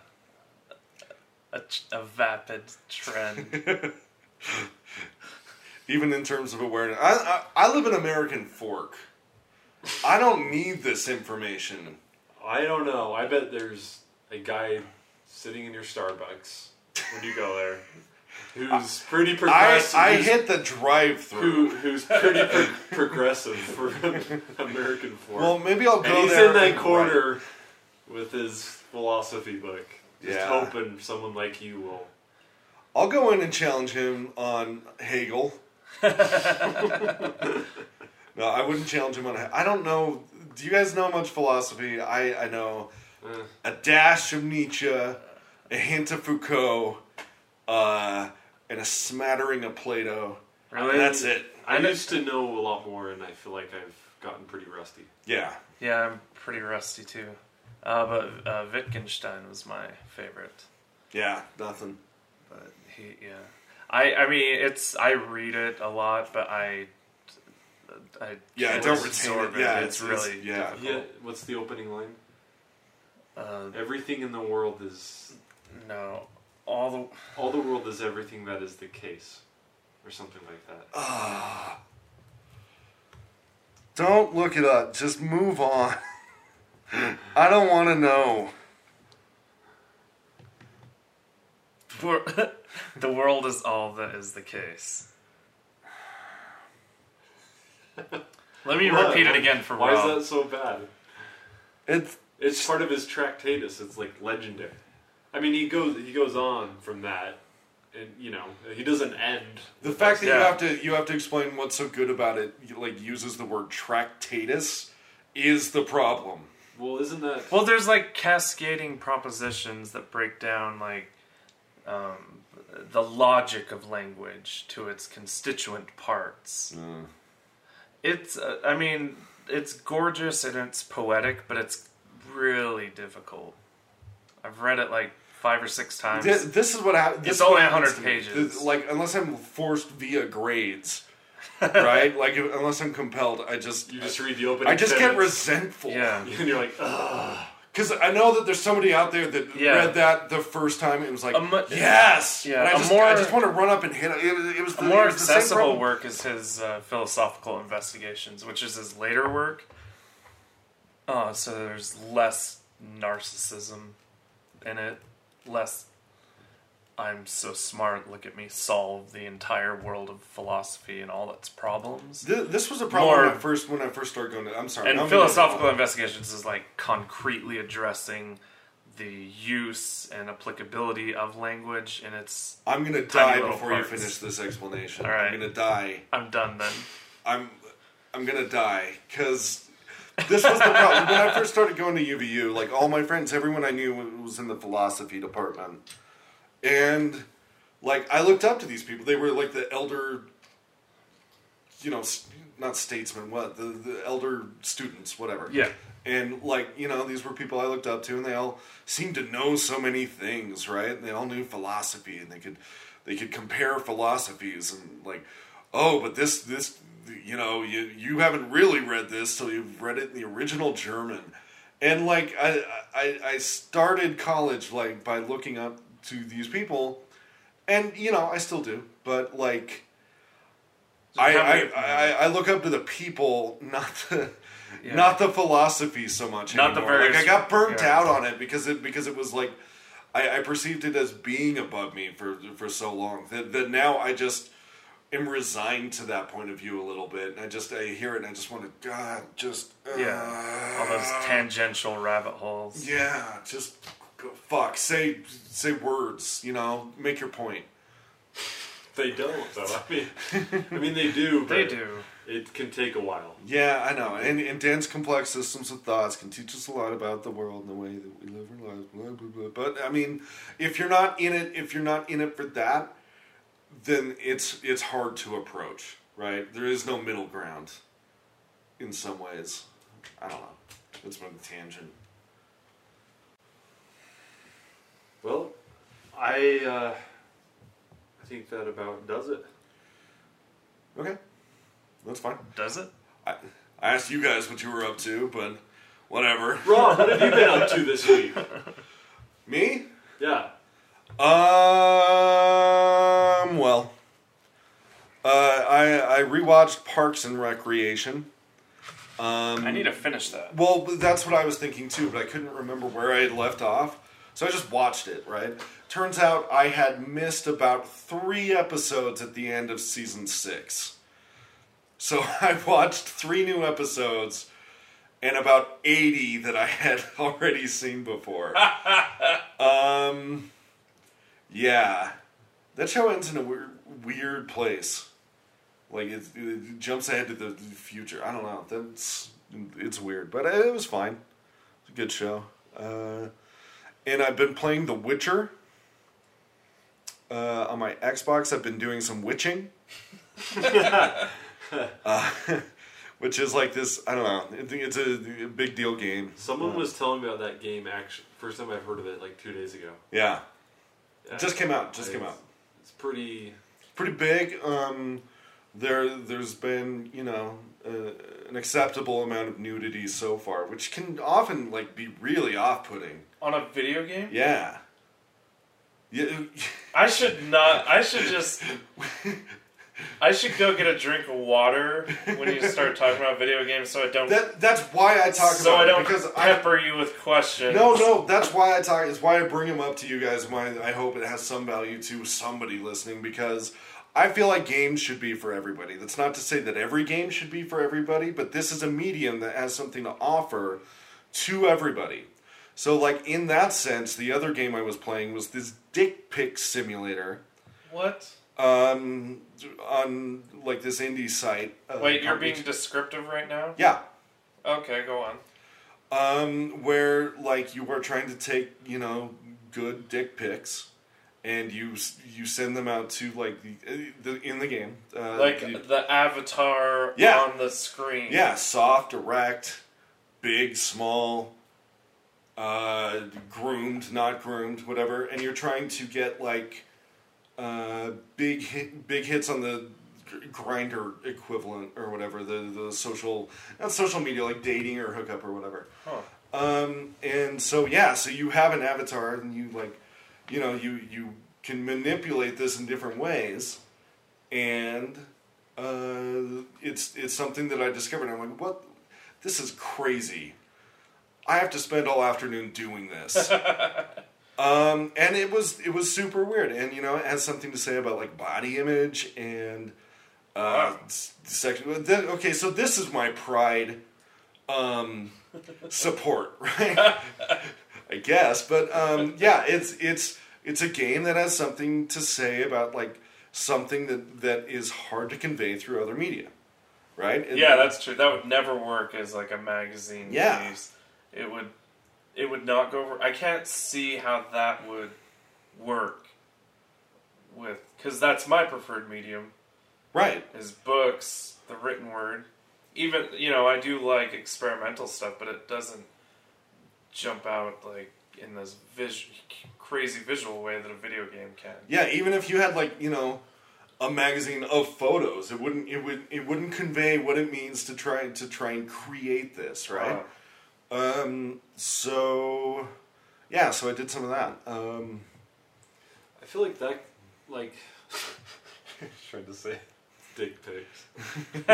a, ch- a vapid
[laughs]
trend.
Even in terms of awareness, I, I I live in American Fork. I don't need this information.
I don't know. I bet there's a guy sitting in your Starbucks when you go there, who's pretty
[laughs] I,
progressive.
I
who's-
hit the drive-through.
Who, who's pretty pro- progressive for [laughs] American form.
Well, maybe I'll go
and he's
there.
in that
and write.
corner with his philosophy book, just
Yeah.
hoping someone like you will.
I'll go in and challenge him on
[laughs]
Hegel. no, I wouldn't challenge him on. He- I don't know. Do you guys know much philosophy? I I know
Eh.
a dash of Nietzsche, a hint of Foucault, uh, and a smattering of Plato.
Really?
And that's it.
I
And it-
used to know a lot more, and I feel like I've gotten pretty rusty.
Yeah.
Yeah, I'm pretty rusty too. Uh, but uh, Wittgenstein was my favorite.
Yeah. Nothing.
But he, yeah, I, I mean, it's I read it a lot, but I, I
Yeah, I
can't
don't retain
absorb
it. Yeah,
it's,
it's- it's-
really
yeah.
Yeah,
difficult.
what's the opening line?
Uh,
Everything in the world is
no, all the
all the world is everything that is the case, or something like that.
Ah. Don't look it up. Just move on. [laughs] I don't want to know.
wor- [laughs] the world is all that is the
[laughs]
case. Let me
Why?
repeat it again for
Why
Rob.
is that so bad?
It's
It's part of his Tractatus. It's like legendary. I mean, he goes he goes on from that, and you know he doesn't end.
the fact that you
Yeah.
have to you have to explain what's so good about it. You, like uses the word tractatus is the problem.
Well, isn't that
Well, there's like cascading propositions that break down like um, the logic of language to its constituent parts. It's, uh, I mean, it's gorgeous and it's poetic, but it's really difficult. I've read it like five or six times.
Th- this is what happens.
It's only 100 pages.
like unless I'm forced
[laughs]
via grades, right? like if- unless I'm compelled, I just
you just read the opening?
I just get
sentence,
resentful.
yeah.
[laughs] and you're like, Ugh.
Because I know that there's somebody out there that
Yeah.
read that the first time and was like,
A mu-
yes!
Yeah,
And I
a
just,
more-
I just want to run up and hit it. It, it was the,
The more
it was the same
accessible
problem.
work is his uh, philosophical investigations, which is his later work. Uh, so there's less narcissism in it, less "I'm so smart, look at me solve the entire world of philosophy and all its problems."
Th- This was a problem when
More-
I first when I first started going to. I'm sorry.
and
I'm gonna-
philosophical investigations is like concretely addressing the use and applicability of language, and it's
I'm gonna die
little
before
parts.
you finish this explanation.
All right.
I'm gonna die.
I'm done then.
I'm I'm gonna die because this was the problem when I first started going to UVU. Like all my friends, everyone I knew was in the philosophy department, and like I looked up to these people. They were like the elder, you know, s- not statesmen. What the the elder students, whatever.
Yeah.
And like you know, these were people I looked up to, and they all seemed to know so many things, right? And they all knew philosophy, and they could they could compare philosophies, and like, oh, but this this you know you you haven't really read this till you've read it in the original German, and like I I, I started college like by looking up to these people, and you know I still do, but like. I, I, I, I look up to the people, not the,
Yeah.
not the philosophy so much.
Not the
anymore. Like,
various-
I got burnt
yeah.
out on it because it because it was like I, I perceived it as being above me for for so long that, that now I just am resigned to that point of view a little bit, and I just I hear it and I just want to God just uh,
Yeah. all those tangential rabbit holes.
yeah just go fuck say say words you know make your point.
they don't though. I mean, [laughs] I mean they do. But
They do.
It can take a while.
Yeah, I know. And, and Dan's complex systems of thoughts can teach us a lot about the world and the way that we live our lives. Blah, blah, blah. But I mean, if you're not in it, if you're not in it for that, then it's it's hard to approach, right? There is no middle ground. In some ways, I don't know. It's been a tangent.
Well, I uh, I think that about does it.
Okay, that's fine.
Does it?
I, I asked you guys what you were up to, but whatever.
Rob, what have you been up to this week?
Me?
[laughs] Yeah.
Um. Well, uh, I I rewatched Parks and Recreation. Um,
I need to finish that.
well, that's what I was thinking too, but I couldn't remember where I had left off, so I just watched it. Right. Turns out I had missed about three episodes at the end of season six, so [laughs] I watched three new episodes. And about 80 that I had [laughs] already seen before. um, yeah, that show ends in a weird, weird place. Like it, it jumps ahead to the future. I don't know. That's it's weird, but it was fine. It's a good show. Uh, and I've been playing The Witcher uh, on my Xbox. I've been doing some witching, uh, [laughs] which is like this. I don't know. It, it's a, big deal game.
Someone was telling me about that game. Actually, first time I've heard of it, like two days ago.
Yeah,
Yeah.
just came out. Just came
It's-
out.
It's pretty.
pretty big. Um, there, there's been you know uh, an acceptable amount of nudity so far, which can often like be really off-putting.
On a video game?
Yeah. Yeah. [laughs]
I should not. I should just I should go get a drink of water when you start talking about video games, so I don't.
That that's why I talk
so
about
I
it,
don't
because I
pepper you with questions.
No, no, that's why I talk. It's why I bring him up to you guys. Why I hope it has some value to somebody listening because I feel like games should be for everybody. That's not to say that every game should be for everybody, but this is a medium that has something to offer to everybody. So, like in that sense, the other game I was playing was this dick pic simulator
What?
um, on like this indie site. uh,
Wait, you're
called-
being descriptive right now.
yeah.
Okay, go on.
um, where like you are trying to take you know good dick pics, and you s- you send them out to like the, the in the game uh,
Like
you-
the avatar
Yeah.
on the screen.
yeah soft erect big small uh, groomed not groomed whatever and you're trying to get like uh, big hit, big hits on the grinder equivalent or whatever the the social not social media like dating or hookup or whatever
Huh.
um, and so yeah, so you have an avatar, and you like, you know, you you can manipulate this in different ways, and uh, it's it's something that I discovered. I'm like, what? This is crazy. I have to spend all afternoon
[laughs]
doing this. um, and it was it was super weird, and you know, it has something to say about like body image and uh,
Wow.
s- sexual. then- Okay, so this is my pride. Um,
[laughs]
support, right? [laughs] I guess, but um, yeah, it's it's it's a game that has something to say about like something that that is hard to convey through other media, right? And-
Yeah, that's true. That would never work as like a magazine.
Yeah.
piece. It would. It would not go over. I can't see how that would work with because that's my preferred medium.
right.
is books, the written word. Even you know, I do like experimental stuff, but it doesn't jump out like in this vis- crazy visual way that a video game can.
Yeah, even if you had like you know a magazine of photos, it wouldn't it would it wouldn't convey what it means to try to try and create this, right?
Uh,
Um, so yeah, so I did some of that. Um,
I feel like that, like, trying to say dick pics. [laughs]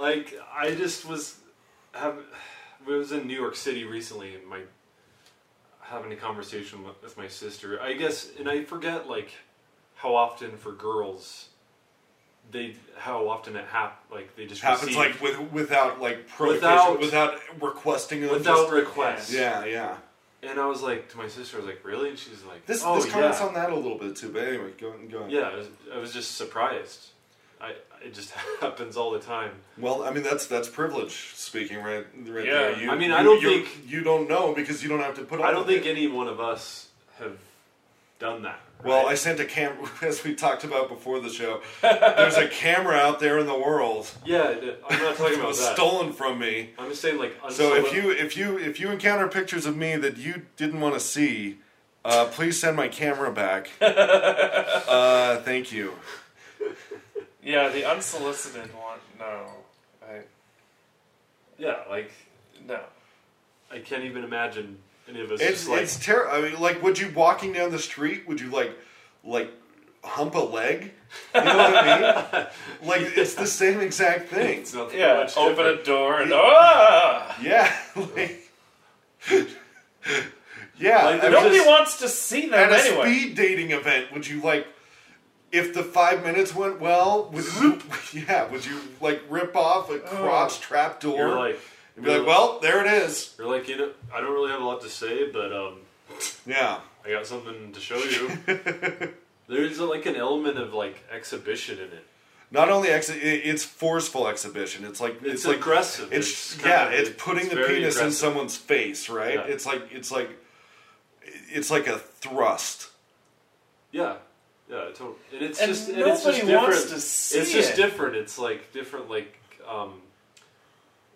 like, I just was have I was in New York City recently, and my having a conversation with- with my sister. I guess, and I forget like how often for girls they how often it hap like they just receive-
happens like with without like prohibition,
Without-
without, requesting them.
without
just-
request.
yeah, yeah.
And I was like to my sister, I was like, really? And she's like,
This
oh,
this comments
yeah.
on that a little bit too, but anyway, go on, go on.
Yeah, I was, I was just surprised. I it just [laughs] happens all the time.
Well, I mean that's that's privilege speaking right right
Yeah,
there. You,
I mean,
you,
I don't
you-
think-
you don't know because you don't have to put.
I
up
don't
with
think
it.
any one of us have done that.
Well, I
right?
sent a cam [laughs] as we talked about before
[laughs]
the show. there's a camera out there in the world.
yeah, it- I'm not talking
It [laughs]
about
was
that.
stolen from me.
I'm just saying like
So
unsolicited-
if you if you if you encounter pictures of me that you didn't want to see, uh, please send my
[laughs]
camera back. uh, thank you.
yeah, the unsolicited one. No, I
yeah, like
no.
I can't even imagine any of us
It's
just like
it's terrible. I mean, like, would you walking down the street? Would you like like hump a leg? You know what
[laughs]
I mean? Like it's the same exact thing.
it's nothing
Yeah,
much
open
different.
a door and ah.
Yeah. [laughs] Like, yeah.
Like,
I mean,
Nobody
just-
wants to see
at
them
a
anyway.
speed dating event, would you like? If the five minutes went well, would you, [laughs] yeah, would you like rip off a crotch trap door?
You're like
and be like, well, there it is.
you're like you know I don't really have a lot to say, but um
Yeah.
I got something to show you.
[laughs]
There's like an element of like exhibition in it.
Not only ex- it, it's forceful exhibition. It's like
It's,
it's, like
aggressive.
It's,
kind
yeah,
of-
it's putting the
very
penis in
aggressive.
someone's face, right?
Yeah.
It's like it's like it's like a thrust.
Yeah, yeah, totally. And it's
And
just and it's just
nobody wants
different.
to see
it's just
it.
different. It's like different. Like, um,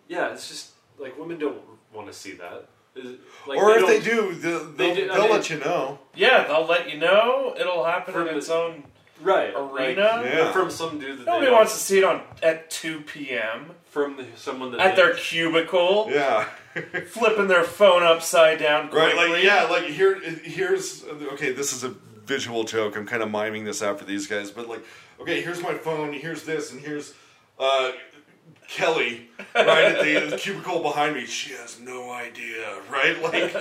yeah, it's just like women don't want to see that. Is- Like,
or if they
don't-
do, they'll,
they
they'll,
do- I
they'll
mean-
let you know.
yeah, they'll let you know. It'll happen
From
in
the-
its own.
right
Arena?
like,
Yeah.
from some dude that
Nobody
they
wants to
don't-
see it on at two p.m.
from the, someone that
at
they-
their cubicle.
Yeah, [laughs]
flipping their phone upside down
right.
quickly.
Like yeah, like here here's okay. This is a visual joke. I'm kind of miming this out for these guys, but like okay, here's my phone, here's this, and here's uh, Kelly right at the, [laughs] the cubicle behind me. She has no idea, right? [laughs] Like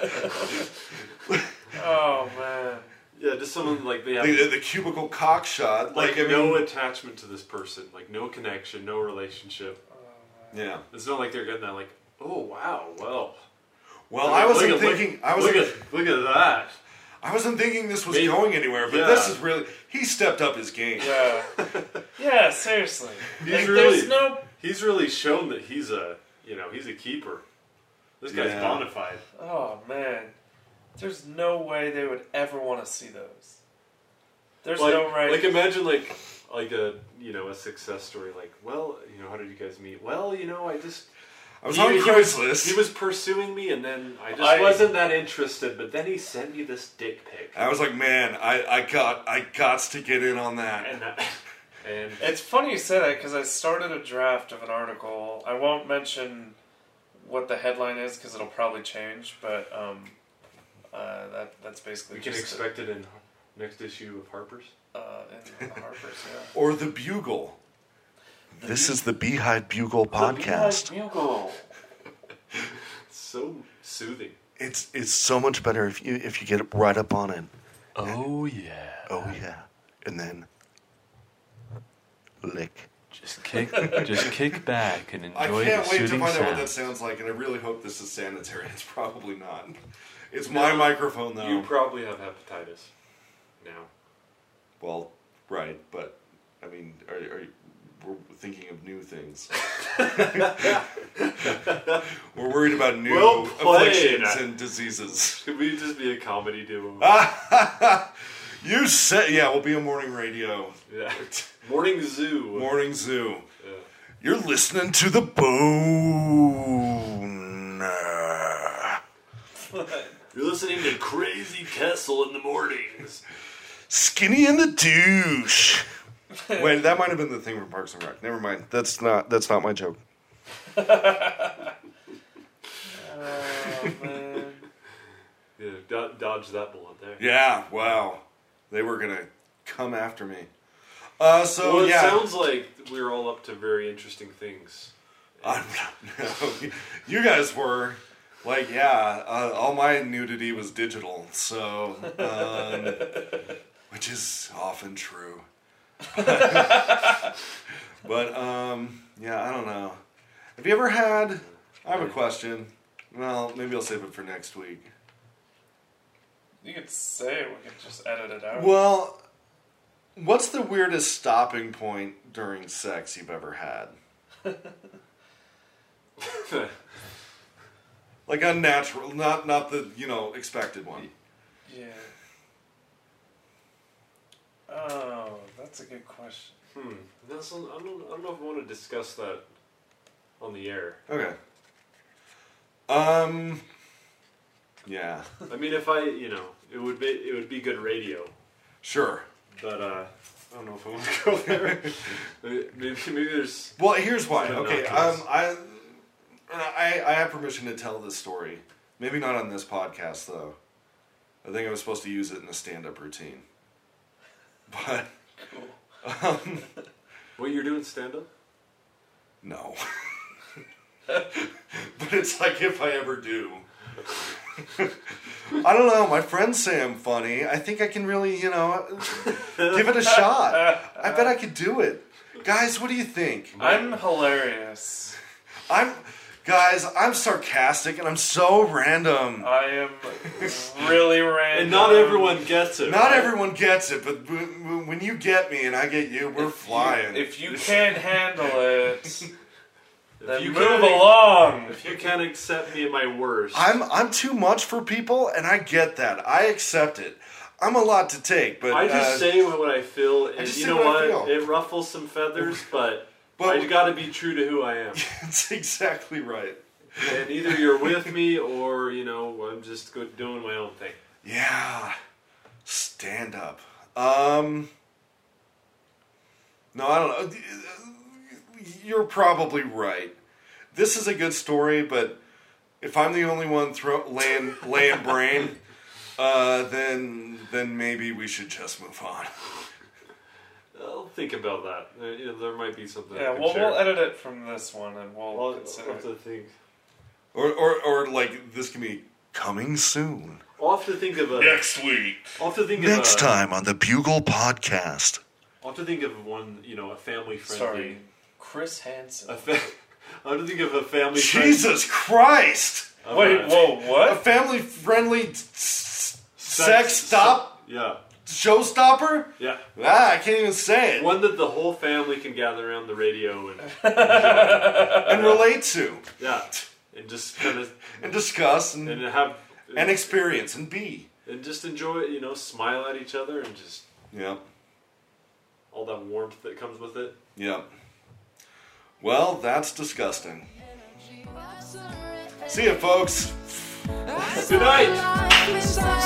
Oh man.
Yeah, just someone like they have
the, the cubicle cock shot.
like,
Like, I mean,
no attachment to this person, like no connection, no relationship.
yeah.
It's not like they're getting that like, oh wow, well.
Well, I wasn't
look at- look-
thinking. I was.
look at look at that.
I wasn't thinking this was
Maybe-
going anywhere, but
yeah.
this is really. He stepped up his game.
[laughs]
Yeah. yeah. Seriously.
He's
Like,
really
There's no.
he's really shown that he's a you know he's a keeper. This guy's
Yeah.
bona fide.
Oh man. There's no way they would ever want to see those. There's
like,
no right.
like imagine like like a you know a success story like well you know how did you guys meet well you know I just
I was
He-
on
he
Craigslist.
he was pursuing me and then I just
I-
wasn't that interested but then he sent me this dick pic
I was like, man, I, I got I got to get in on that.
and that [laughs] and
It's funny you say that because I started a draft of an article. I won't mention what the headline is because it'll probably change, but um, uh, that that's basically
we can
just,
expect it in next issue of Harper's.
uh, in Harper's. Yeah.
Or the bugle.
This is the Beehive Bugle podcast.
[laughs] So soothing.
It's it's so much better if you if you get right up on it.
Oh yeah.
Oh yeah, and then lick.
Just kick, just kick back and
I
enjoy the
can't wait to
soothing
find out what that
sounds.
sounds like, and I really hope this is sanitary. [laughs] It's probably not. It's my microphone though.
You probably have hepatitis now.
well, right, but I mean, are, are you- we're thinking of
[laughs]
new things. [laughs] we're worried about new
Well played.
afflictions and diseases.
Could we just be a comedy duo?
Ah. [laughs] You said, yeah, we'll be a morning radio,
[laughs] yeah. Morning Zoo.
morning zoo.
Yeah.
You're listening to the bone.
You're listening to Crazy Kessel in the mornings.
Skinny in the
[laughs]
douche.
Wait, that might have been the thing from Parks and Rec. Never mind. That's not. That's not my joke.
[laughs] Oh, man.
Yeah, do- dodge that bullet there.
Yeah. Wow. They were gonna come after me. Uh. So
well, it
yeah.
sounds like we're all up to very interesting things.
I'm not- [laughs] no, you guys were like, yeah. Uh, all my nudity was digital, so um, which is often true. [laughs] but um, yeah, I don't know. Have you ever had? I have a question. Well, maybe I'll save it for next week.
you could say it. We could just edit it
Oh.
out.
Well, what's the weirdest stopping point during sex you've ever had? Like unnatural, not not the you know expected one.
Yeah. Oh, that's a good
[laughs]
question.
hmm. That's, I, don't, I don't know if I want to discuss that on the air.
Okay. Um. Yeah.
I mean, if I, you know, it would be it would be good radio,
Sure.
but uh, I don't know if I want to go there. maybe maybe there's
Well, here's why.
Good
Okay.
knockouts.
Um. I. I I have permission to tell this story. Maybe not on this podcast though. I think I was supposed to use it in a stand-up routine. But um,
what you're doing stand up.
no. [laughs] but it's like if I ever do. I don't know. My friends say I'm funny. I think I can really, you know, give it a shot.
[laughs]
I bet I could do it. Guys, what do you think?
I'm hilarious.
I'm, guys, I'm sarcastic and I'm so random.
Oh,
I am
[laughs]
really random.
[laughs] And not everyone gets it.
Not
right?
everyone gets it, but w- w- when you get me and I get you, we're flying.
If you can't handle
[laughs]
it, then
If you
move
can't,
along.
If you can't accept me at my worst,
I'm I'm too much for people, and I get that. I accept it. I'm a lot to take, but
I just
uh, [laughs]
say what I feel, and
just
you
say
know
what I
what?
feel.
It ruffles some feathers, but,
But-
I got to be true to who I am.
that's exactly right.
and either you're with me, or you know, I'm just go- doing my own thing.
Yeah, stand up. Um, no, I don't know. You're probably right. This is a good story, but if I'm the only one throw, laying laying brain, uh, then then maybe we should just move on.
Well, think about that. There, you know, there might be something. I
Yeah,
can
well,
share.
we'll edit it from this one and we'll
I'll,
consider
I'll have
it.
to think.
Or, or, or like this can be coming soon.
I'll have to think of a.
Next week.
I'll have to think
Next
of a,
time on the Bugle Podcast.
I'll have to think of one. You know, a family friendly.
Sorry. Chris Hansen.
A fa- [laughs] I'll have to think of a family.
Jesus Christ!
friend-
Wait,
uh,
whoa,
A
what?
family friendly sex, sex stop
Yeah,
showstopper?
yeah.
Ah, I can't even say it
One that the whole family can gather around the
[laughs]
radio and
and relate to
yeah, and just kind of
and discuss and,
and
and,
have
experience and be.
and just enjoy it. You know, smile at each other and just
Yep,
all that warmth that comes with it.
yep. Well, that's disgusting. See ya, folks.
Good night.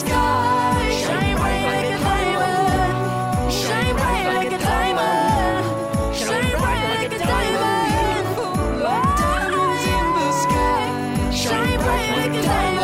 Shine bright like a diamond. Shine bright like a diamond. Shine bright like a diamond. Diamonds in the sky. Shine bright like a diamond.